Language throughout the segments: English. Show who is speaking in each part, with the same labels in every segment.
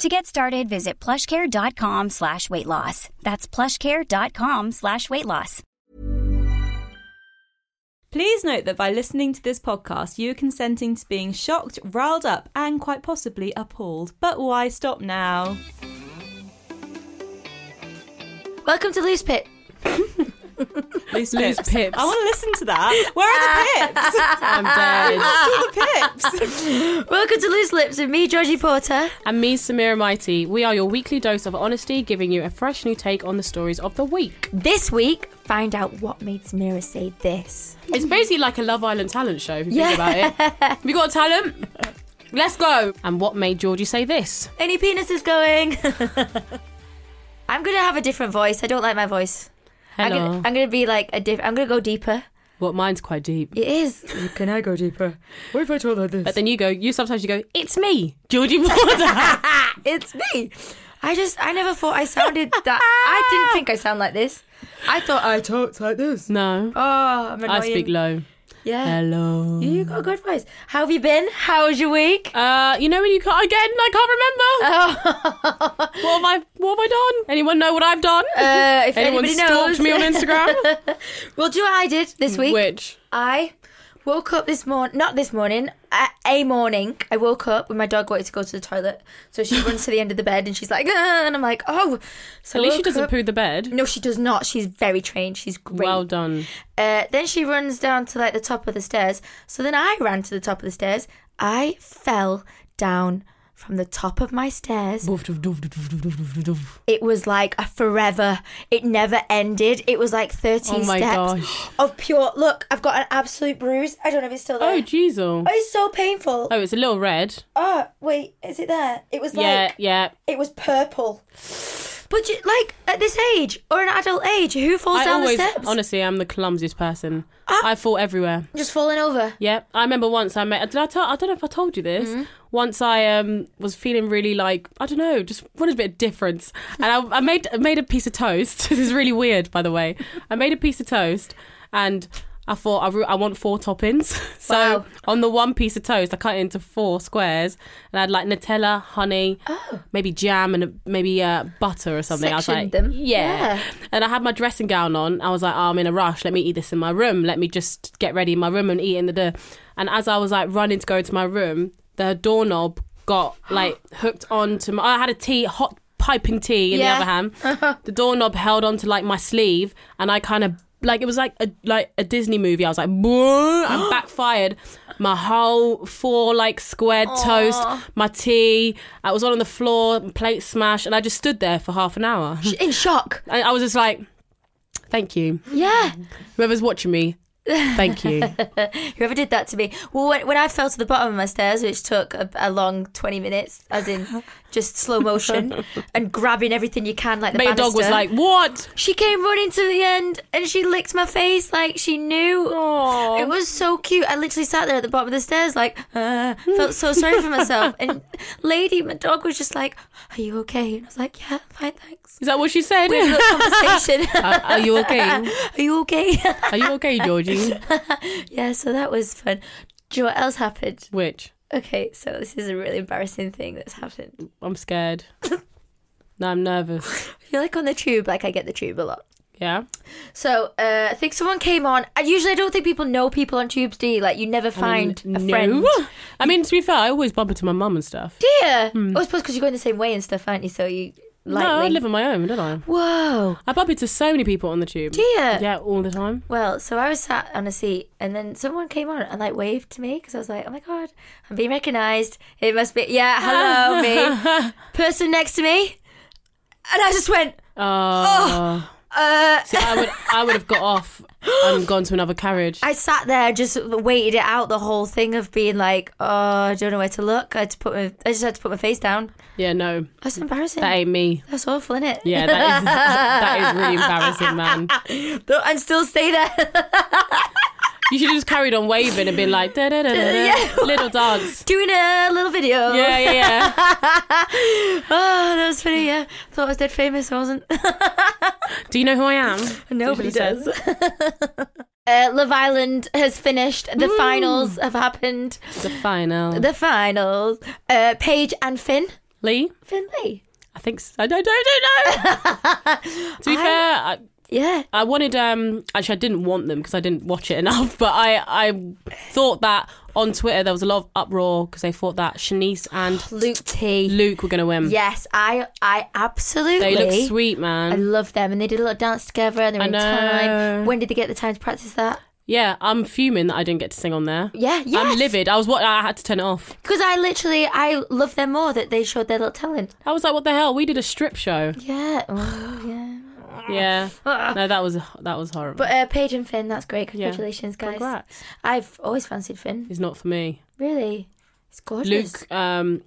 Speaker 1: To get started, visit plushcare.com slash weight loss. That's plushcare.com slash weight loss.
Speaker 2: Please note that by listening to this podcast, you are consenting to being shocked, riled up, and quite possibly appalled. But why stop now?
Speaker 3: Welcome to Loose Pit.
Speaker 2: Loose
Speaker 4: Loose
Speaker 2: pips.
Speaker 4: pips.
Speaker 2: I want to listen to that. Where are the pips?
Speaker 4: I'm dead.
Speaker 2: I lost all the pips.
Speaker 3: Welcome to Loose Lips with me, Georgie Porter.
Speaker 4: and me, Samira Mighty. We are your weekly dose of honesty, giving you a fresh new take on the stories of the week.
Speaker 3: This week, find out what made Samira say this.
Speaker 4: It's basically like a Love Island talent show, if you think about it. We got talent. Let's go. And what made Georgie say this?
Speaker 3: Any penis is going. I'm gonna have a different voice. I don't like my voice. I'm
Speaker 4: Hello.
Speaker 3: gonna, I'm gonna be like a diff. I'm gonna go deeper.
Speaker 4: Well, mine's quite deep.
Speaker 3: It is. Can I go deeper? What if I told her this?
Speaker 4: But then you go, you sometimes you go, it's me, Georgie Porter.
Speaker 3: it's me. I just, I never thought I sounded that. I didn't think I sound like this. I thought I talked like this.
Speaker 4: no,
Speaker 3: Oh, I'm annoying.
Speaker 4: I speak low.
Speaker 3: Yeah.
Speaker 4: Hello.
Speaker 3: You got a good voice. How have you been? How was your week?
Speaker 4: Uh, you know when you can't again? I can't remember.
Speaker 3: Oh.
Speaker 4: what have I? What have I done? Anyone know what I've done?
Speaker 3: Uh, if
Speaker 4: Anyone
Speaker 3: anybody
Speaker 4: stalked
Speaker 3: knows,
Speaker 4: me on Instagram?
Speaker 3: well, do you know what I did this week?
Speaker 4: Which?
Speaker 3: I woke up this morning, not this morning, a-, a morning. I woke up when my dog wanted to go to the toilet, so she runs to the end of the bed and she's like, "Ah," and I'm like, oh. So
Speaker 4: At least she
Speaker 3: woke
Speaker 4: doesn't
Speaker 3: up-
Speaker 4: poo the bed.
Speaker 3: No, she does not. She's very trained. She's great.
Speaker 4: Well done.
Speaker 3: Uh, then she runs down to like the top of the stairs. So then I ran to the top of the stairs. I fell down from the top of my stairs. It was like a forever. It never ended. It was like 13
Speaker 4: Oh my
Speaker 3: steps
Speaker 4: gosh.
Speaker 3: of pure. Look, I've got an absolute bruise. I don't know if it's still there.
Speaker 4: Oh, Jeezel.
Speaker 3: Oh, it's so painful.
Speaker 4: Oh, it's a little red.
Speaker 3: Oh, wait, is it there? It was
Speaker 4: yeah,
Speaker 3: like
Speaker 4: yeah.
Speaker 3: it was purple. But you, like at this age or an adult age, who falls
Speaker 4: I
Speaker 3: down
Speaker 4: always,
Speaker 3: the steps? Ah.
Speaker 4: honestly, I'm the clumsiest person. I fall everywhere.
Speaker 3: Just falling over.
Speaker 4: Yeah, I remember once I met. Did I tell? I don't know if I told you this.
Speaker 3: Mm-hmm.
Speaker 4: Once I um was feeling really like I don't know, just wanted a bit of difference, and I, I made I made a piece of toast. this is really weird, by the way. I made a piece of toast, and I thought I, re- I want four toppings. so
Speaker 3: Wow.
Speaker 4: on the one piece of toast, I cut it into four squares, and I had like Nutella, honey, maybe jam, and uh, maybe uh, butter or something. I was
Speaker 3: Oh. Sectioned
Speaker 4: like,
Speaker 3: them.
Speaker 4: yeah.
Speaker 3: Yeah.
Speaker 4: And I had my dressing gown on. I was like, oh, I'm in a rush. Let me eat this in my room. Let me just get ready in my room and eat in the dirt. And as I was like running to go to my room, the doorknob got like hooked onto my. I had a tea, hot piping tea in
Speaker 3: Yeah.
Speaker 4: the other hand. the doorknob held onto like my sleeve, and I kind of. Like it was like a like a Disney movie. I was like, "Whoa," and backfired. My whole four like squared toast, my tea. I was all on the floor, plate smashed, and I just stood there for half an hour.
Speaker 3: Sh- In shock.
Speaker 4: I, I was just like, thank you.
Speaker 3: Yeah.
Speaker 4: Whoever's watching me, thank you.
Speaker 3: Whoever did that to me. Well, when, when I fell to the bottom of my stairs, which took a, a long 20 minutes, as in just slow motion and grabbing everything you can, like the
Speaker 4: but your dog was
Speaker 3: banister.
Speaker 4: like, what?
Speaker 3: She came running to the end and she licked my face like she knew. It was so cute. I literally sat there at the bottom of the stairs, like, uh, felt so sorry for myself. And lady, my dog was just like, Are you okay? And I was like, Yeah, I'm fine, thanks.
Speaker 4: Is that what she said?
Speaker 3: We had a little conversation.
Speaker 4: are, are you okay?
Speaker 3: Are you okay?
Speaker 4: Are you okay, Georgie?
Speaker 3: yeah, so that was fun. Do you know what else happened?
Speaker 4: Which?
Speaker 3: Okay, so this is a really embarrassing thing that's happened.
Speaker 4: I'm scared. No, I'm nervous.
Speaker 3: I feel like on the tube, like I get the tube a lot.
Speaker 4: Yeah?
Speaker 3: So uh, I think someone came on. I usually I don't think people know people on tubes, do you? Like you never find a
Speaker 4: no.
Speaker 3: friend.
Speaker 4: I mean, to be fair, I always bump into my mum and stuff.
Speaker 3: Dear. Oh, I suppose because you go in the same way and stuff, aren't you? So you
Speaker 4: Hmm. No, I
Speaker 3: lightly.
Speaker 4: live on my own, don't I?
Speaker 3: Whoa.
Speaker 4: I bump into so many people on the tube.
Speaker 3: Do you?
Speaker 4: Yeah, all the time.
Speaker 3: Well, so I was sat on a seat, and then someone came on and like waved to me because I was like, "Oh my god, I'm being recognised. It must be yeah, hello me, person next to me," and I just went,
Speaker 4: Uh,
Speaker 3: "Uh."
Speaker 4: See, I would, I would have got off and gone to another carriage.
Speaker 3: I sat there, just waited it out the whole thing of being like, "Oh, I don't know where to look." I had to put my, I just had to put my face down.
Speaker 4: yeah, no,
Speaker 3: That's embarrassing.
Speaker 4: Mm. that ain't me.
Speaker 3: That's awful, isn't it?
Speaker 4: Yeah, that is, that is really embarrassing, man.
Speaker 3: and still stay there.
Speaker 4: You should have just carried on waving and been like, da da da da, da. little dance.
Speaker 3: Doing a little video.
Speaker 4: Yeah, yeah, yeah.
Speaker 3: Oh, that was funny. Yeah. Thought I was dead famous. I wasn't.
Speaker 4: Do you know who I am?
Speaker 3: Nobody does. uh, Love Island has finished. The finals have happened.
Speaker 4: The final.
Speaker 3: The finals. Uh, Paige and Finn.
Speaker 4: Lee?
Speaker 3: Finley.
Speaker 4: I think so. I don't, I don't know. to be fair, I,
Speaker 3: Yeah.
Speaker 4: I wanted, um, actually, I didn't want them because I didn't watch it enough, but I, I thought that on Twitter there was a lot of uproar because they thought that Shanice and
Speaker 3: Luke T.
Speaker 4: Luke were going to win.
Speaker 3: Yes, I I absolutely.
Speaker 4: They look sweet,
Speaker 3: I
Speaker 4: man.
Speaker 3: love them, and they did a little dance together. And they were
Speaker 4: I
Speaker 3: in
Speaker 4: know.
Speaker 3: time. When did they get the time to practice that?
Speaker 4: Yeah, I'm fuming that I didn't get to sing on there.
Speaker 3: Yeah, yes.
Speaker 4: I'm livid. I was what I had to turn it off.
Speaker 3: Because I literally, I love them more that they showed their little talent.
Speaker 4: I was like, what the hell? We did a strip show.
Speaker 3: Yeah, oh, yeah.
Speaker 4: Yeah.
Speaker 3: Ah.
Speaker 4: No, that was that was horrible.
Speaker 3: But uh, Paige and Finn, that's great.
Speaker 4: Yeah.
Speaker 3: Congratulations, guys.
Speaker 4: Congrats.
Speaker 3: I've always fancied Finn.
Speaker 4: It's not for me.
Speaker 3: Really, it's gorgeous.
Speaker 4: Luke, um,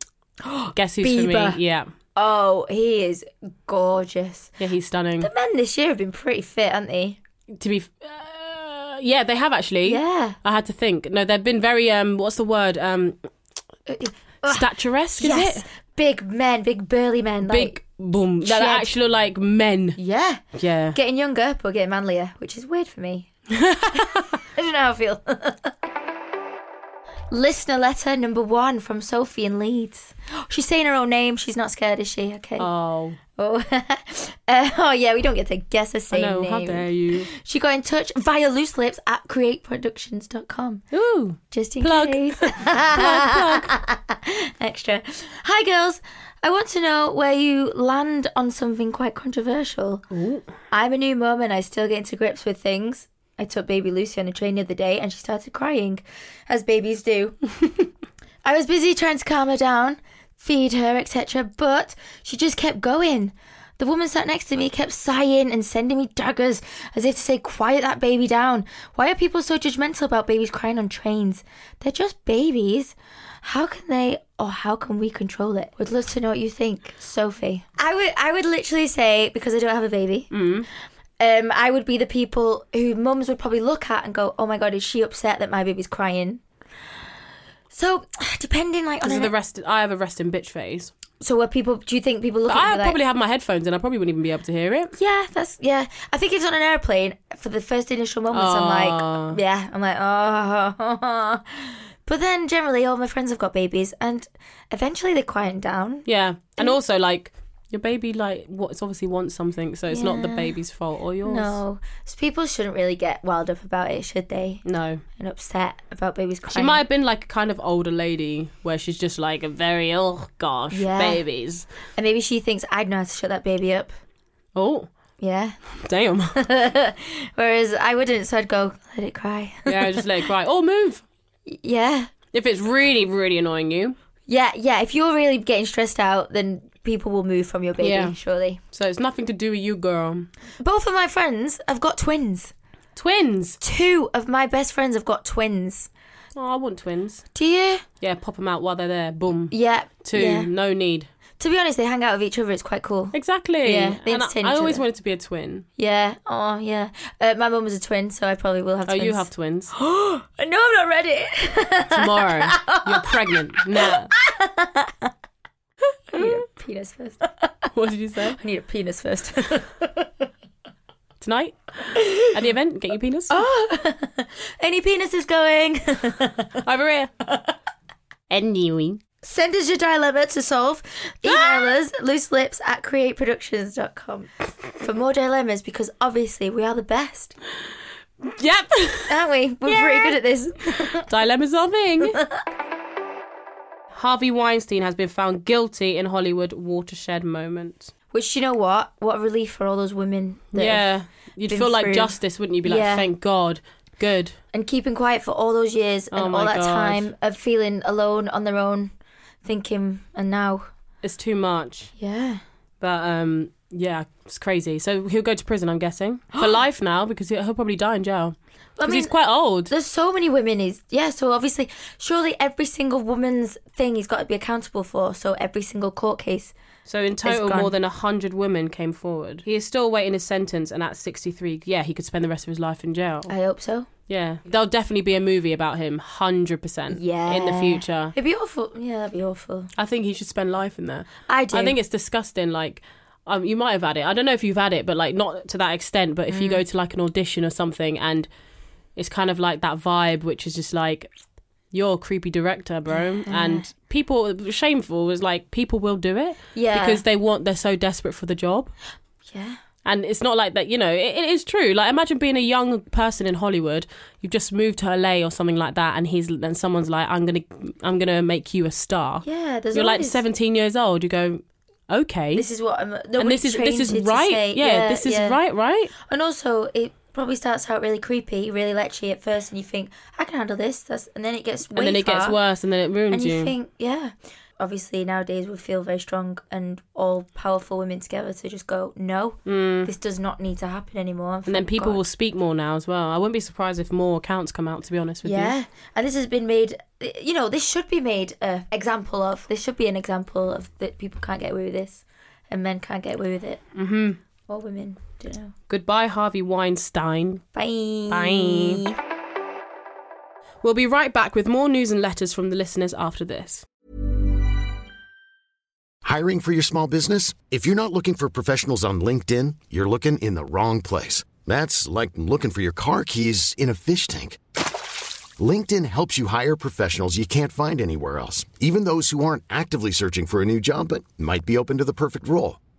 Speaker 4: guess who's
Speaker 3: Bieber.
Speaker 4: for me? Yeah.
Speaker 3: Oh, he is gorgeous.
Speaker 4: Yeah, he's stunning.
Speaker 3: The men this year have been pretty fit, haven't they?
Speaker 4: to be. f- Uh, yeah, they have actually.
Speaker 3: Yeah.
Speaker 4: I had to think. No, they've been very, um, what's the word? Um, statuesque, is
Speaker 3: Uh, yes.
Speaker 4: it?
Speaker 3: Big men, big burly men.
Speaker 4: Big,
Speaker 3: Like,
Speaker 4: boom. They're
Speaker 3: shed.
Speaker 4: actually like men.
Speaker 3: yeah.
Speaker 4: Yeah.
Speaker 3: Getting younger, but getting manlier, which is weird for me. I don't know how I feel. Listener letter number one from Sophie in Leeds. She's saying her own name. She's not scared, is she? Okay.
Speaker 4: oh.
Speaker 3: Oh, Uh, oh yeah, we don't get to guess the
Speaker 4: I
Speaker 3: same
Speaker 4: know.
Speaker 3: name.
Speaker 4: How dare you?
Speaker 3: She got in touch via loose lips at createproductions.com.
Speaker 4: Ooh.
Speaker 3: Just in
Speaker 4: Plug.
Speaker 3: case. Extra. Hi, girls. I want to know where you land on something quite controversial. I'm a new mum and I still get into grips with things. I took baby Lucy on a train the other day and she started crying, as babies do. I was busy trying to calm her down, feed her, etc., but she just kept going. The woman sat next to me kept sighing and sending me daggers as if to say, Quiet that baby down. Why are people so judgmental about babies crying on trains? They're just babies. How can they or how can we control it? Would love to know what you think, Sophie. I would I would literally say, because I don't have a baby,
Speaker 4: Mm.
Speaker 3: um, I would be the people who mums would probably look at and go, Oh my god, is she upset that my baby's crying? So depending like on
Speaker 4: This is
Speaker 3: an- e-,
Speaker 4: the rest. I have a resting bitch phase.
Speaker 3: so where people do you think people look
Speaker 4: But
Speaker 3: at you
Speaker 4: I
Speaker 3: and be like,
Speaker 4: probably have my headphones and I probably wouldn't even be able to hear it.
Speaker 3: Yeah, that's yeah. I think it's on an airplane. For the first initial moments, I'm like, yeah, I'm like, oh. But then generally, all my friends have got babies, and eventually they quieten down.
Speaker 4: Yeah, and also like your baby, like what it's obviously wants something, so it's not the baby's fault or yours.
Speaker 3: No, so people shouldn't really get wild up about it, should they?
Speaker 4: No.
Speaker 3: And upset about babies
Speaker 4: She
Speaker 3: crying.
Speaker 4: might have been like a kind of older lady where she's just like a very oh gosh
Speaker 3: Yeah.
Speaker 4: babies.
Speaker 3: and maybe she thinks I'd know how to shut that baby up.
Speaker 4: Oh
Speaker 3: Yeah.
Speaker 4: damn!
Speaker 3: Whereas I wouldn't, so I'd go let it cry.
Speaker 4: yeah, just let it cry. Or move
Speaker 3: yeah.
Speaker 4: if it's really really annoying you.
Speaker 3: Yeah. Yeah. If you're really getting stressed out, then people will move from your baby,
Speaker 4: Yeah.
Speaker 3: surely.
Speaker 4: So it's nothing to do with you, girl.
Speaker 3: Both of my friends have got twins.
Speaker 4: Twins.
Speaker 3: two of my best friends have got twins.
Speaker 4: Oh, I want twins.
Speaker 3: Do you?
Speaker 4: Yeah, pop them out while they're there. Boom.
Speaker 3: Yeah.
Speaker 4: Two.
Speaker 3: yeah.
Speaker 4: No need.
Speaker 3: To be honest, they hang out with each other. It's quite cool.
Speaker 4: Exactly.
Speaker 3: Yeah, they
Speaker 4: And I,
Speaker 3: entertain
Speaker 4: I
Speaker 3: each
Speaker 4: always
Speaker 3: other.
Speaker 4: wanted to be a twin.
Speaker 3: Yeah. Oh, yeah. Uh, my mum was a twin, so I probably will have.
Speaker 4: Oh,
Speaker 3: twins.
Speaker 4: you have twins.
Speaker 3: No, I'm not ready.
Speaker 4: tomorrow. You're pregnant. Nah.
Speaker 3: I need a penis first. I
Speaker 4: What did you say?
Speaker 3: need a penis first.
Speaker 4: Tonight? At the event? Get your penis?
Speaker 3: Any penises going?
Speaker 4: Over here. Anyway.
Speaker 3: Send us your dilemma to solve. Email us looselips at createproductions.com for more dilemmas because obviously we are the best,
Speaker 4: Yep.
Speaker 3: aren't we? We're pretty good at this.
Speaker 4: Dilemma solving. Harvey Weinstein has been found guilty in Hollywood watershed moment.
Speaker 3: Which you know what? What a relief for all those women. That have-
Speaker 4: yeah. You'd
Speaker 3: been
Speaker 4: feel like
Speaker 3: through-
Speaker 4: justice, wouldn't you? Be like,
Speaker 3: Yeah.
Speaker 4: thank God. Good.
Speaker 3: and keeping quiet for all those years and
Speaker 4: Oh my
Speaker 3: all that
Speaker 4: God.
Speaker 3: time of feeling alone on their own, thinking, and now,
Speaker 4: It's too much.
Speaker 3: yeah,
Speaker 4: But um, yeah, it's crazy. So he'll go to prison, I'm guessing, for life now because he- he'll probably die in jail.
Speaker 3: I
Speaker 4: Because he's
Speaker 3: mean,
Speaker 4: quite old.
Speaker 3: there's so many women. Is yeah, so obviously, surely every single woman's thing he's got to be accountable for. So every single court case,
Speaker 4: So in total,
Speaker 3: gone.
Speaker 4: more than hundred women came forward. He is still waiting his sentence, and at 63, yeah, he could spend the rest of his life in jail.
Speaker 3: I hope so.
Speaker 4: Yeah, there'll definitely be a movie about him, hundred percent.
Speaker 3: Yeah,
Speaker 4: in the future.
Speaker 3: it'd be awful. Yeah, that'd be awful.
Speaker 4: I think he should spend life in there.
Speaker 3: I do.
Speaker 4: I think it's disgusting. Like, um, you might have had it. I don't know if you've had it, but like not to that extent. But if
Speaker 3: Mm.
Speaker 4: you go to like an audition or something, and it's kind of like that vibe, which is just like you're a creepy director, bro. and people shameful is like people will do it
Speaker 3: Yeah.
Speaker 4: because they want. They're so desperate for the job.
Speaker 3: yeah.
Speaker 4: And it's not like that, you know, it, it is true. Like, imagine being a young person in Hollywood. You've just moved to LA or something like that, and he's then someone's like, "I'm gonna, I'm gonna make you a star."
Speaker 3: Yeah, there's
Speaker 4: You're like
Speaker 3: always-
Speaker 4: 17 years old. You go, okay,
Speaker 3: This is what I'm.
Speaker 4: and this is this is right. yeah, this is right, right.
Speaker 3: And also, it probably starts out really creepy, really lechy at first, and you think I can handle this. That's and then it gets way
Speaker 4: and then it gets
Speaker 3: far,
Speaker 4: worse, and then it
Speaker 3: And
Speaker 4: ruins
Speaker 3: you
Speaker 4: you.
Speaker 3: think, yeah. Obviously, nowadays we feel very strong and all powerful women together to just go, no, this does not need to happen anymore.
Speaker 4: Hmm. and then people will speak more now as well. I wouldn't be surprised if more accounts come out. To be honest with you,
Speaker 3: Yeah, and this has been made. You know, this should be made a example of. This should be an example of that people can't get away with this, and men can't get away with it. Mm-hmm. Or women, don't know.
Speaker 4: goodbye, Harvey Weinstein.
Speaker 3: Bye.
Speaker 4: Bye. We'll be right back with more news and letters from the listeners after this.
Speaker 5: Hiring for your small business? If you're not looking for professionals on LinkedIn, you're looking in the wrong place. That's like looking for your car keys in a fish tank. LinkedIn helps you hire professionals you can't find anywhere else, even those who aren't actively searching for a new job but might be open to the perfect role.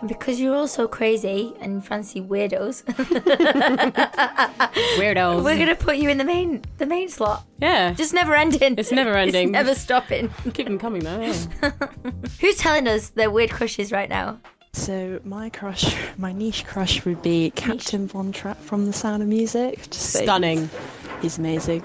Speaker 3: And because you're all so crazy and fancy weirdos,
Speaker 4: Weirdos.
Speaker 3: we're gonna put you in the main the main slot.
Speaker 4: yeah.
Speaker 3: Just never ending.
Speaker 4: It's never ending.
Speaker 3: It's never stopping.
Speaker 4: keep them coming though. yeah.
Speaker 3: Who's telling us their weird crushes right now?
Speaker 6: So my crush, my niche crush would be Captain Von Trapp from The Sound of Music. Just think
Speaker 4: Stunning.
Speaker 6: He's amazing.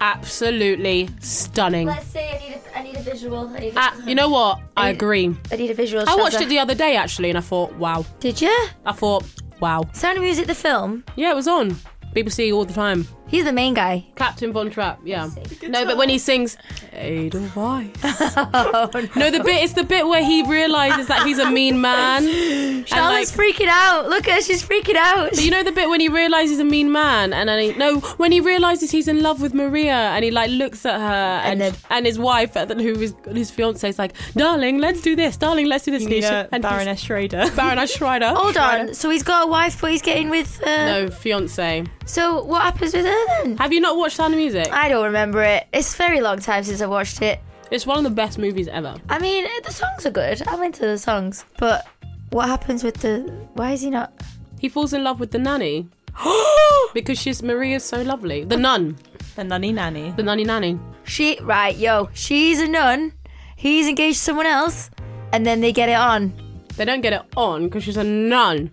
Speaker 4: Absolutely stunning.
Speaker 3: Let's say I need a, I need a visual. I need a,
Speaker 4: Ah, you know what? I agree.
Speaker 3: I need a visual.
Speaker 4: I watched
Speaker 3: Shelter.
Speaker 4: it the other day actually and I thought, wow.
Speaker 3: Did you?
Speaker 4: I thought, wow.
Speaker 3: Sound of Music, the film.
Speaker 4: Yeah, it was on BBC all the time.
Speaker 3: He's the main guy.
Speaker 4: Captain Von Trapp, yeah. No, but when he sings Edelweiss. no, the bit it's the bit where he realizes that he's a mean man. and like,
Speaker 3: Charlotte's freaking out. Look at her, she's freaking out.
Speaker 4: you know the bit when he realizes he's a mean man, and then he, no, when he realizes he's in love with Maria, and he like looks at her,
Speaker 3: And
Speaker 4: and and,
Speaker 3: then-
Speaker 4: his wife, uh, who is his fiance, is like, darling, let's do this, darling, let's do this,
Speaker 2: Yeah,
Speaker 4: and he's-
Speaker 2: Baroness Schroeder.
Speaker 4: Baroness Schreider.
Speaker 3: Hold on. So he's got a wife, but he's getting with. Uh,
Speaker 4: No, fiance.
Speaker 3: So what happens with her then?
Speaker 4: Have you not watched Sound of Music?
Speaker 3: I don't remember it. It's a very long time since I watched it.
Speaker 4: It's one of the best movies ever.
Speaker 3: I mean, eh, the songs are good. I'm into the songs. But what happens with the. Why is he not.
Speaker 4: He falls in love with the nanny because she's Maria's so lovely. The nun,
Speaker 2: the Nunny Nanny.
Speaker 4: the nunny nanny.
Speaker 3: She right, yo, she's a nun. He's engaged to someone else, and then they get it on.
Speaker 4: They don't get it on because she's a nun.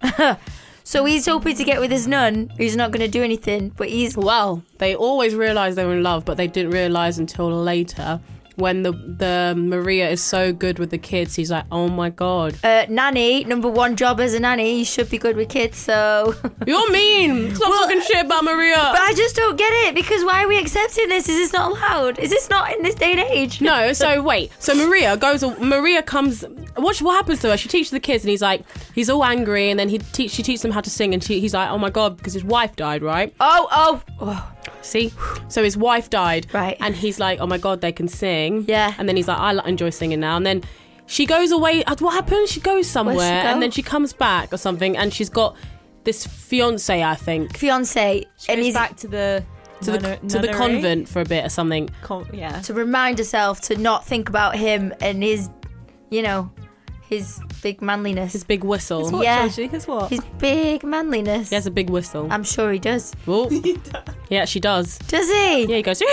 Speaker 3: So he's hoping to get with his nun, who's not going to do anything, but he's
Speaker 4: well, they always realised they were in love, but they didn't realise until later when the the Maria is so good with the kids. He's like, oh my god,
Speaker 3: uh, nanny number one job as a nanny. You should be good with kids, so. but
Speaker 4: you're mean. Stop talking shit about Maria.
Speaker 3: I just don't get it because why are we accepting this? Is this not allowed? Is this not in this day and age?
Speaker 4: No, so wait. So Maria goes. Maria comes. What what happens to her? She teaches the kids, and he's like, he's all angry, and then he teach she teaches them how to sing, and she, he's like, oh my god, because his wife died, right?
Speaker 3: Oh, oh, oh.
Speaker 4: See, so his wife died,
Speaker 3: Right.
Speaker 4: And he's like, oh my god, they can sing,
Speaker 3: Yeah.
Speaker 4: And then he's like, I li- enjoy singing now, and then. She goes away. uh, What happens? She goes somewhere,
Speaker 3: go?
Speaker 4: and then she comes back or something, and she's got this fiance, I think,
Speaker 3: Fiance, and
Speaker 2: goes
Speaker 3: he's
Speaker 2: back to the
Speaker 4: to the
Speaker 2: nunner-
Speaker 4: to the
Speaker 2: nunnery.
Speaker 4: convent for a bit or something.
Speaker 2: Con- yeah.
Speaker 3: to remind herself to not think about him and his, you know, his big manliness.
Speaker 4: His big whistle.
Speaker 2: What,
Speaker 3: Yeah.
Speaker 2: Georgie? His what?
Speaker 3: His big manliness.
Speaker 4: He has a big whistle.
Speaker 3: I'm sure he does.
Speaker 4: Oh. yeah, she does.
Speaker 3: Does he?
Speaker 4: Yeah, he goes.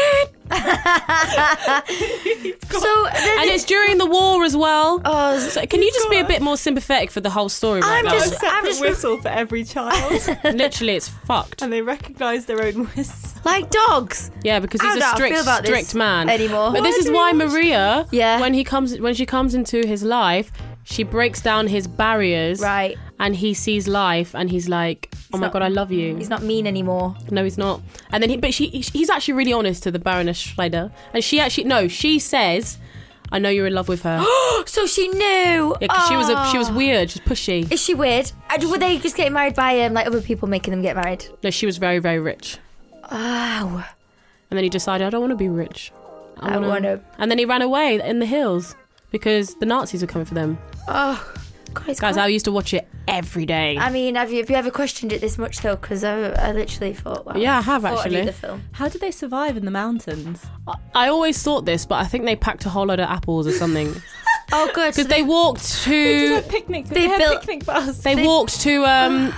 Speaker 3: So then
Speaker 4: and it's during the war as well.
Speaker 3: Oh,
Speaker 4: So can you just be a bit more sympathetic for the whole story? Right
Speaker 3: I'm
Speaker 4: now?
Speaker 3: just-
Speaker 2: Separate
Speaker 3: I'm just-
Speaker 2: whistle for every child,
Speaker 4: literally it's fucked.
Speaker 2: and they recognise their own whistle.
Speaker 3: like dogs.
Speaker 4: Yeah, because he's
Speaker 3: How
Speaker 4: a
Speaker 3: do I
Speaker 4: strict,
Speaker 3: feel about this
Speaker 4: strict man
Speaker 3: anymore?
Speaker 4: But this
Speaker 3: Why
Speaker 4: is
Speaker 3: do
Speaker 4: why Maria,
Speaker 3: Yeah.
Speaker 4: when he comes, when she comes into his life, she breaks down his barriers,
Speaker 3: Right.
Speaker 4: And he sees life, and he's like, "Oh my
Speaker 3: not-
Speaker 4: god, I love you."
Speaker 3: He's not mean anymore.
Speaker 4: No, he's not. And then, he, but she, he's actually really honest to the Baroness Schreider, and she actually, no, she says, "I know you're in love with her."
Speaker 3: So she knew.
Speaker 4: Yeah, 'cause she was a, she was
Speaker 3: Oh.
Speaker 4: weird. She's pushy.
Speaker 3: Is she weird? And were they just getting married by um, like other people making them get married?
Speaker 4: No, she was very very rich.
Speaker 3: Wow.
Speaker 4: And then he decided, I don't want to be rich.
Speaker 3: I wanna-
Speaker 4: And then he ran away in the hills because the Nazis were coming for them.
Speaker 3: Oh. God, it's
Speaker 4: Guys,
Speaker 3: quite-
Speaker 4: I used to watch it every day.
Speaker 3: I mean, have you, have you ever questioned it this much though? Because I, I literally thought, wow.
Speaker 4: Yeah, I have,
Speaker 3: thought I knew
Speaker 4: actually.
Speaker 3: the film.
Speaker 2: How do they survive in the mountains?
Speaker 4: I, I always thought this, but I think they packed a whole load of apples or something
Speaker 3: Oh, good. So
Speaker 4: because they walked
Speaker 2: They
Speaker 4: to
Speaker 2: did a picnic. They,
Speaker 3: they
Speaker 2: had
Speaker 3: built-
Speaker 2: picnic bars.
Speaker 4: they, walked to um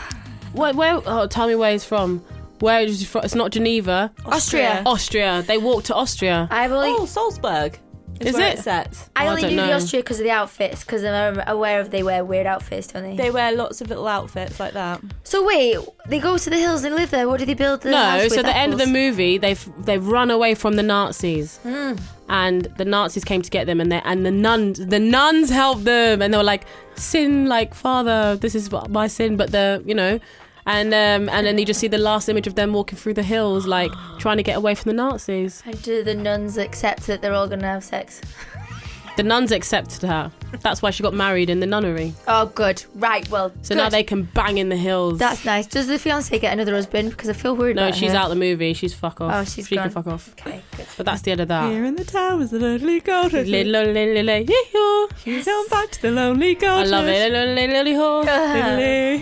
Speaker 4: where, where oh tell me where he's from. Where is he from? It's not Geneva,
Speaker 3: Austria.
Speaker 4: Austria. They walked to Austria.
Speaker 3: I've only,
Speaker 2: Oh, Salzburg. Is,
Speaker 4: Is
Speaker 2: where
Speaker 4: it?
Speaker 2: it's set.
Speaker 4: Oh,
Speaker 3: I
Speaker 4: I
Speaker 3: only
Speaker 4: don't
Speaker 3: knew the
Speaker 4: know.
Speaker 3: Austria because of the outfits, because I'm aware of they wear weird outfits, don't they?
Speaker 2: They wear lots of little outfits like that.
Speaker 3: So wait, they go to the hills and live there. What do they build? The house
Speaker 4: no,
Speaker 3: with
Speaker 4: so the end of the
Speaker 3: apples?
Speaker 4: movie, they've they've run away from the Nazis,
Speaker 3: Mm.
Speaker 4: and the Nazis came to get them, and they and the nuns the nuns helped them, and they were like, "Sin, like Father, this is my sin," but the you know, and um and then you just see the last image of them walking through the hills, like trying to get away from the Nazis.
Speaker 3: And do the nuns accept that they're all going to have sex?
Speaker 4: The nuns accepted her. That's why she got married in the nunnery.
Speaker 3: Oh, good. Right. Well,
Speaker 4: So
Speaker 3: good.
Speaker 4: now they can bang in the hills.
Speaker 3: That's nice. Does the fiance get another husband? Because I feel worried.
Speaker 4: no,
Speaker 3: about
Speaker 4: she's
Speaker 3: her.
Speaker 4: out the movie. She's fuck off.
Speaker 3: Oh, she's
Speaker 4: she
Speaker 3: gone.
Speaker 4: can fuck off.
Speaker 3: Okay, good.
Speaker 4: But that's the end of that.
Speaker 2: Here in the town is the lonely cottage.
Speaker 4: Li- lo- li- li- li- hee-haw.
Speaker 2: She's gone back to the lonely
Speaker 4: I
Speaker 2: cottage.
Speaker 4: love it.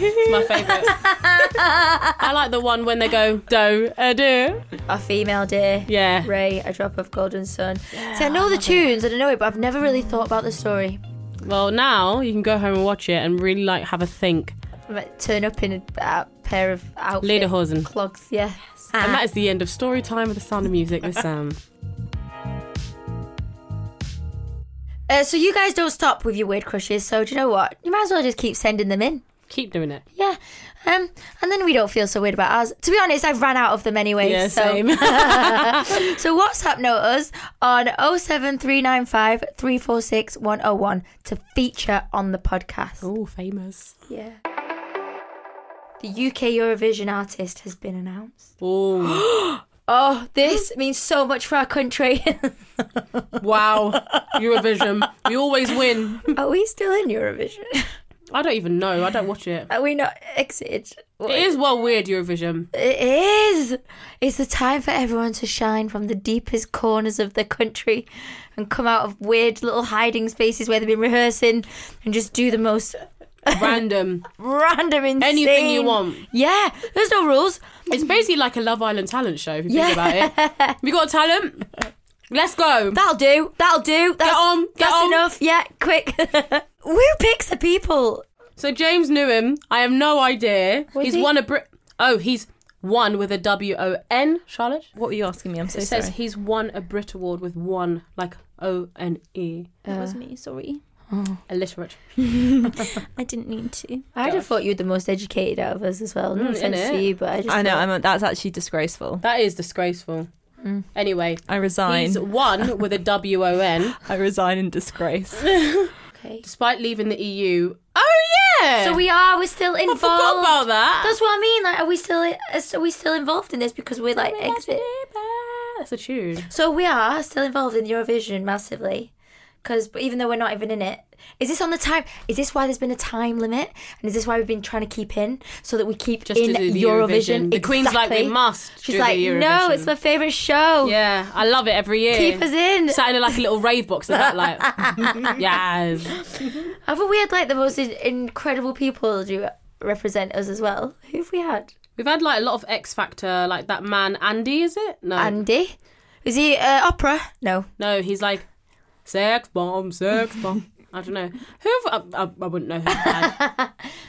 Speaker 4: It's my favourite. I like the one when they go do a do.
Speaker 3: Our female dear.
Speaker 4: Yeah.
Speaker 3: Ray, a drop of golden sun. See, I know the tunes and I know it, but I've never really thought about the story.
Speaker 4: Well, now you can go home and watch it and really like have a think.
Speaker 3: I might turn up in a uh, pair of outfits.
Speaker 4: Lederhosen.
Speaker 3: Clogs, yeah. Ah.
Speaker 4: And that is the end of story time with the sound of music with Sam.
Speaker 3: Uh, so you guys don't stop with your weird crushes, so do you know what? You might as well just keep sending them in.
Speaker 4: Keep doing it.
Speaker 3: Yeah. Um, and then we don't feel so weird about ours. To be honest, I've ran out of them anyway.
Speaker 4: Yeah,
Speaker 3: so.
Speaker 4: same.
Speaker 3: So WhatsApp note us on 07395 346 101 to feature on the podcast.
Speaker 4: oh, famous.
Speaker 3: Yeah. The UK Eurovision artist has been announced.
Speaker 4: Oh,
Speaker 3: Oh, this means so much for our country.
Speaker 4: wow. Eurovision. We always win.
Speaker 3: Are we still in Eurovision?
Speaker 4: I don't even know. I don't watch it.
Speaker 3: Are we not exited?
Speaker 4: It is well weird, Eurovision.
Speaker 3: It is. It's the time for everyone to shine from the deepest corners of the country and come out of weird little hiding spaces where they've been rehearsing and just do the most
Speaker 4: Random.
Speaker 3: random, insane.
Speaker 4: Anything you want.
Speaker 3: Yeah, there's no rules.
Speaker 4: It's basically like a Love Island talent show, if you
Speaker 3: Yeah.
Speaker 4: think about it. We got talent. Let's go.
Speaker 3: That'll do. That'll do. That's,
Speaker 4: on, get
Speaker 3: that's
Speaker 4: on.
Speaker 3: enough. Yeah, quick. Who picks the people?
Speaker 4: So James Newham, I have no idea.
Speaker 3: Was
Speaker 4: he's
Speaker 3: he-
Speaker 4: won a Brit. Oh, he's One with a W O N, Charlotte.
Speaker 2: What were you asking me? I'm so
Speaker 4: It
Speaker 2: sorry.
Speaker 4: says he's won a Brit Award with one, like O N E.
Speaker 2: that was me. Sorry,
Speaker 4: Illiterate.
Speaker 2: I didn't mean to.
Speaker 3: I'd have thought you were the most educated out of us as well. No
Speaker 4: Mm,
Speaker 3: offense to
Speaker 4: innit?
Speaker 3: you, but I just
Speaker 2: I know.
Speaker 3: thought-
Speaker 2: I'm. That's actually disgraceful.
Speaker 4: That is disgraceful. Anyway,
Speaker 2: I resign.
Speaker 4: he's one with a W O N,
Speaker 2: I resign in disgrace.
Speaker 3: okay.
Speaker 4: despite leaving the EU. Oh yeah.
Speaker 3: So we are. We're still
Speaker 4: I
Speaker 3: involved.
Speaker 4: forgot about that.
Speaker 3: That's what I mean. Like, are we still? Are we still involved in this because we're like exit?
Speaker 4: That's a tune.
Speaker 3: So we are still involved in Eurovision massively, because even though we're not even in it, is this on the time? Is this why there's been a time limit? And is this why we've been trying to keep in so that we keep
Speaker 4: Just to
Speaker 3: in
Speaker 4: do the
Speaker 3: Eurovision?
Speaker 4: Eurovision. The Queen's like,
Speaker 3: Exactly.
Speaker 4: we must
Speaker 3: She's
Speaker 4: do the
Speaker 3: like, no,
Speaker 4: Eurovision."
Speaker 3: it's my favorite show.
Speaker 4: Yeah, I love it every year.
Speaker 3: Oh. Keep us in.
Speaker 4: Sat in like a little rave box in that, like, yes.
Speaker 3: Haven't we had like the most in- incredible people to represent us as well? Who've we had?
Speaker 4: We've had like a lot of X Factor, like that man Andy, is it? No,
Speaker 3: Andy. Is he uh, opera? No.
Speaker 4: no, he's like sex bomb, sex bomb. I don't know who. have- I, I, I wouldn't know. Who had.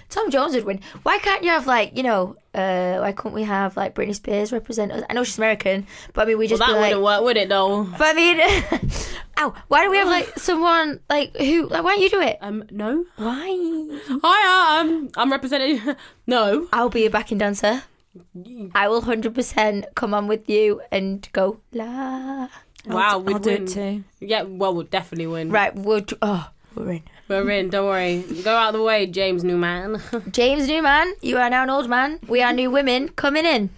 Speaker 3: Tom Jones would win. Why can't you have like you know? Uh, why couldn't we have like Britney Spears represent us? I know she's American, but I mean we
Speaker 4: well,
Speaker 3: just
Speaker 4: that
Speaker 3: be like.
Speaker 4: wouldn't work, would it? Though.
Speaker 3: But I mean, ow! Why don't we have like someone like who? Like why don't you do it?
Speaker 4: Um, no.
Speaker 3: Why?
Speaker 4: Hi, um, I'm representing. No,
Speaker 3: I'll be a backing dancer. I will hundred percent come on with you and go la.
Speaker 4: wow, we'd
Speaker 2: I'll do
Speaker 4: win.
Speaker 2: it too.
Speaker 4: Yeah, well, we'll definitely win.
Speaker 3: Right, we're d- oh we're in.
Speaker 4: We're in. Don't worry. Go out the way, James Newman.
Speaker 3: James Newman, you are now an old man. We are new women coming in.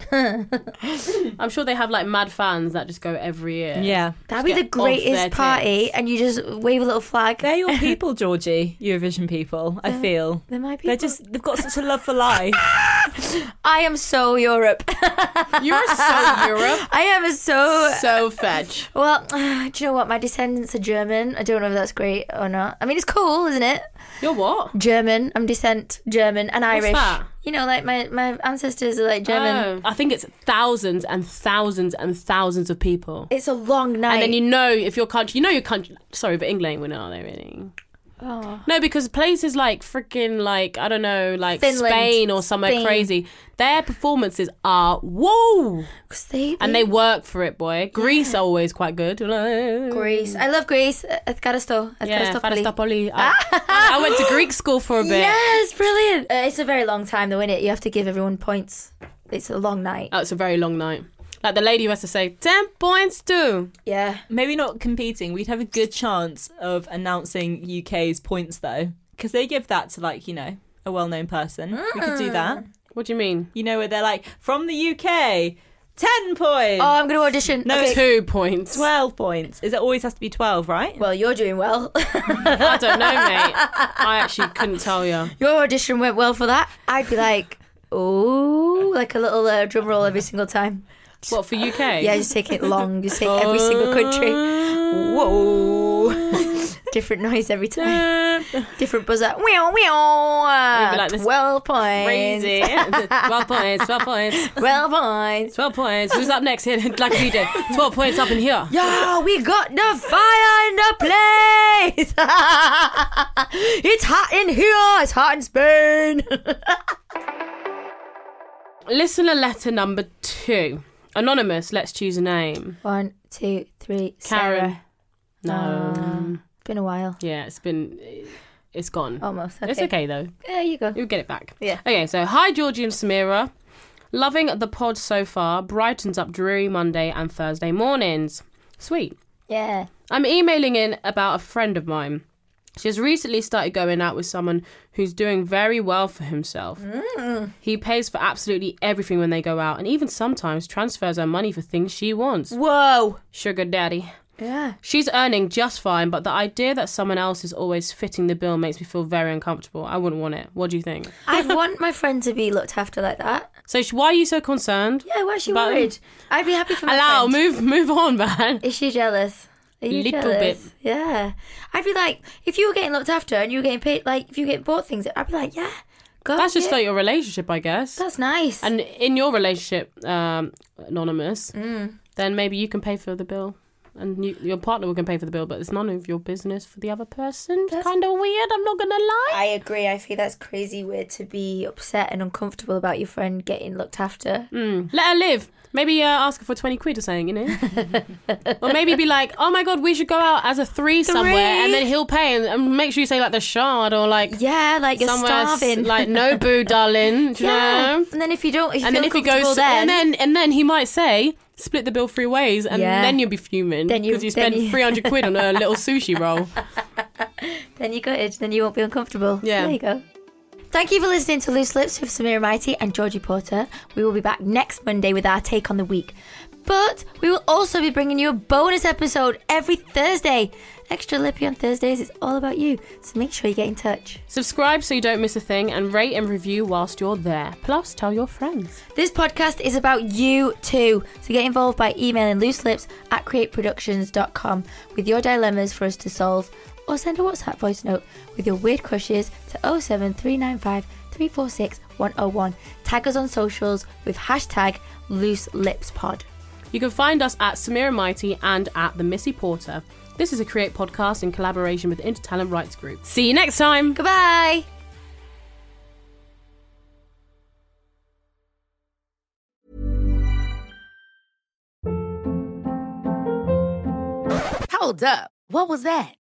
Speaker 4: I'm sure they have like mad fans that just go every year.
Speaker 2: Yeah.
Speaker 3: That'd be
Speaker 4: get
Speaker 3: the
Speaker 4: off their
Speaker 3: greatest party,
Speaker 4: tits.
Speaker 3: and you just wave a little flag.
Speaker 2: They're your people, Georgie. Eurovision people. I feel
Speaker 3: They're my people.
Speaker 2: they're just they've got such a love for life.
Speaker 3: I am so Europe.
Speaker 4: You're so Europe.
Speaker 3: I am so.
Speaker 4: So fetch.
Speaker 3: Well, do you know what? My descendants are German. I don't know if that's great or not. I mean, it's cool, isn't it?
Speaker 4: You're what?
Speaker 3: German. I'm descent German and Irish.
Speaker 4: that?
Speaker 3: You know, like my my ancestors are like German.
Speaker 4: Oh. I think it's thousands and thousands and thousands of people.
Speaker 3: It's a long night.
Speaker 4: and then you know if your country, you know your country. Sorry, but England ain't winning, are they really?
Speaker 3: Oh.
Speaker 4: No, because places like freaking like I don't know, like
Speaker 3: Finland,
Speaker 4: Spain or somewhere
Speaker 3: Spain.
Speaker 4: crazy, their performances are whoa,
Speaker 3: 'Cause they,
Speaker 4: and they work for it, boy. Greece are always quite good.
Speaker 3: Greece. I love Greece. E, Athkaristo.
Speaker 4: Mm. yeah,
Speaker 3: Athkaristopoli.
Speaker 4: Fadastopoli. I, I went to Greek school for a bit.
Speaker 3: Ah. Yes, brilliant. Uh, it's a very long time though, is it? You have to give everyone points. It's a long night.
Speaker 4: Oh, it's a very long night. Like the lady who has to say ten points too.
Speaker 3: Yeah.
Speaker 2: Maybe not competing. We'd have a good chance of announcing UK's points though, because they give that to like you know a well-known person. We could
Speaker 3: Mm.
Speaker 2: do that.
Speaker 4: What do you mean?
Speaker 2: You know where they're like from the UK, ten points,
Speaker 3: Oh, I'm going to audition.
Speaker 2: No,
Speaker 3: okay.
Speaker 4: Two points.
Speaker 2: twelve points. Is it always has to be twelve, right?
Speaker 3: Well, you're doing well.
Speaker 4: I don't know, mate. I actually couldn't tell you.
Speaker 3: Your audition went well for that. I'd be like, oh, like a little uh, drum roll every single time.
Speaker 4: What for UK?
Speaker 3: Yeah, just take it long. Just take every single country. Whoa. Different noise every time. Different buzzer. Wow, wow.
Speaker 4: It'd be like this
Speaker 3: Twelve points.
Speaker 4: Crazy. twelve points. Twelve points.
Speaker 3: Twelve points.
Speaker 4: Twelve points. Who's up next here? like we did. Twelve points up in here.
Speaker 3: Yeah, we got the fire in the place. it's hot in here. It's hot in Spain.
Speaker 4: Listener letter number two. Anonymous. Let's choose a name.
Speaker 3: One, two, three. Sarah. Ah.
Speaker 4: Karen. No.
Speaker 3: Been a while.
Speaker 4: Yeah, it's been. It's gone.
Speaker 3: Almost. Oh, Okay.
Speaker 4: It's okay though.
Speaker 3: There you go.
Speaker 4: You'll get it back.
Speaker 3: Yeah.
Speaker 4: Okay, so hi, Georgie and Samira. Loving the pod so far. Brightens up dreary Monday and Thursday mornings. Sweet.
Speaker 3: Yeah.
Speaker 4: I'm emailing in about a friend of mine. She has recently started going out with someone who's doing very well for himself. He pays for absolutely everything when they go out and even sometimes transfers her money for things she wants.
Speaker 3: Whoa.
Speaker 4: Sugar daddy.
Speaker 3: Yeah.
Speaker 4: She's earning just fine, but the idea that someone else is always fitting the bill makes me feel very uncomfortable. I wouldn't want it. What do you think?
Speaker 3: I'd want my friend to be looked after like that.
Speaker 4: So sh- why are you so concerned?
Speaker 3: Yeah, why is she
Speaker 4: But-
Speaker 3: worried? I'd be happy for my
Speaker 4: Allow,
Speaker 3: friend.
Speaker 4: move move on, man.
Speaker 3: Is she jealous? Are you
Speaker 4: Little
Speaker 3: jealous?
Speaker 4: bit.
Speaker 3: Yeah. I'd be like, if you were getting looked after and you were getting paid, like, if you get bought things, I'd be like, yeah, go.
Speaker 4: That's just
Speaker 3: yeah.
Speaker 4: like your relationship, I guess.
Speaker 3: That's nice.
Speaker 4: And
Speaker 3: Mm.
Speaker 4: in your relationship, um, anonymous, then maybe you can pay for the bill and you, your partner can pay for the bill, but it's none of your business for the other person. It's kind of weird. I'm not gonna lie.
Speaker 3: I agree. I feel that's crazy weird to be upset and uncomfortable about your friend getting looked after.
Speaker 4: Mm. Let her live. Maybe uh, ask her for 20 quid or something, you know? or maybe be like, oh my god, we should go out as a three, somewhere and then he'll pay. And, and make sure you say like the shard or like
Speaker 3: Yeah, like you're
Speaker 4: somewhere s-
Speaker 3: starving.
Speaker 4: like Nobu, darling. Do you
Speaker 3: yeah.
Speaker 4: know?
Speaker 3: And then if you don't, if you
Speaker 4: And
Speaker 3: feel
Speaker 4: then if he
Speaker 3: comfortable
Speaker 4: goes,
Speaker 3: then,
Speaker 4: and then and then he might say, split the bill three ways, and
Speaker 3: Yeah.
Speaker 4: then you'll be fuming
Speaker 3: Then you-
Speaker 4: because you
Speaker 3: then
Speaker 4: spent
Speaker 3: you-
Speaker 4: 300 quid on a little sushi roll.
Speaker 3: then you got it. Then you won't be uncomfortable.
Speaker 4: Yeah.
Speaker 3: There you go. Thank you for listening to Loose Lips with Samira Mighty and Georgie Porter. We will be back next Monday with our take on the week. But we will also be bringing you a bonus episode every Thursday. Extra Lippy on Thursdays is all about you, so make sure you get in touch.
Speaker 4: Subscribe so you don't miss a thing, and rate and review whilst you're there. Plus, tell your friends.
Speaker 3: This podcast is about you too, so get involved by emailing looselips at createproductions.com with your dilemmas for us to solve, or send a WhatsApp voice note with your weird crushes to 07395 346 101. Tag us on socials with hashtag looselipspod.
Speaker 4: You can find us at Samira Mighty and at The Missy Porter. This is a Create podcast in collaboration with the Intertalent Rights Group. See you next time.
Speaker 3: Goodbye!
Speaker 7: Hold up. What was that?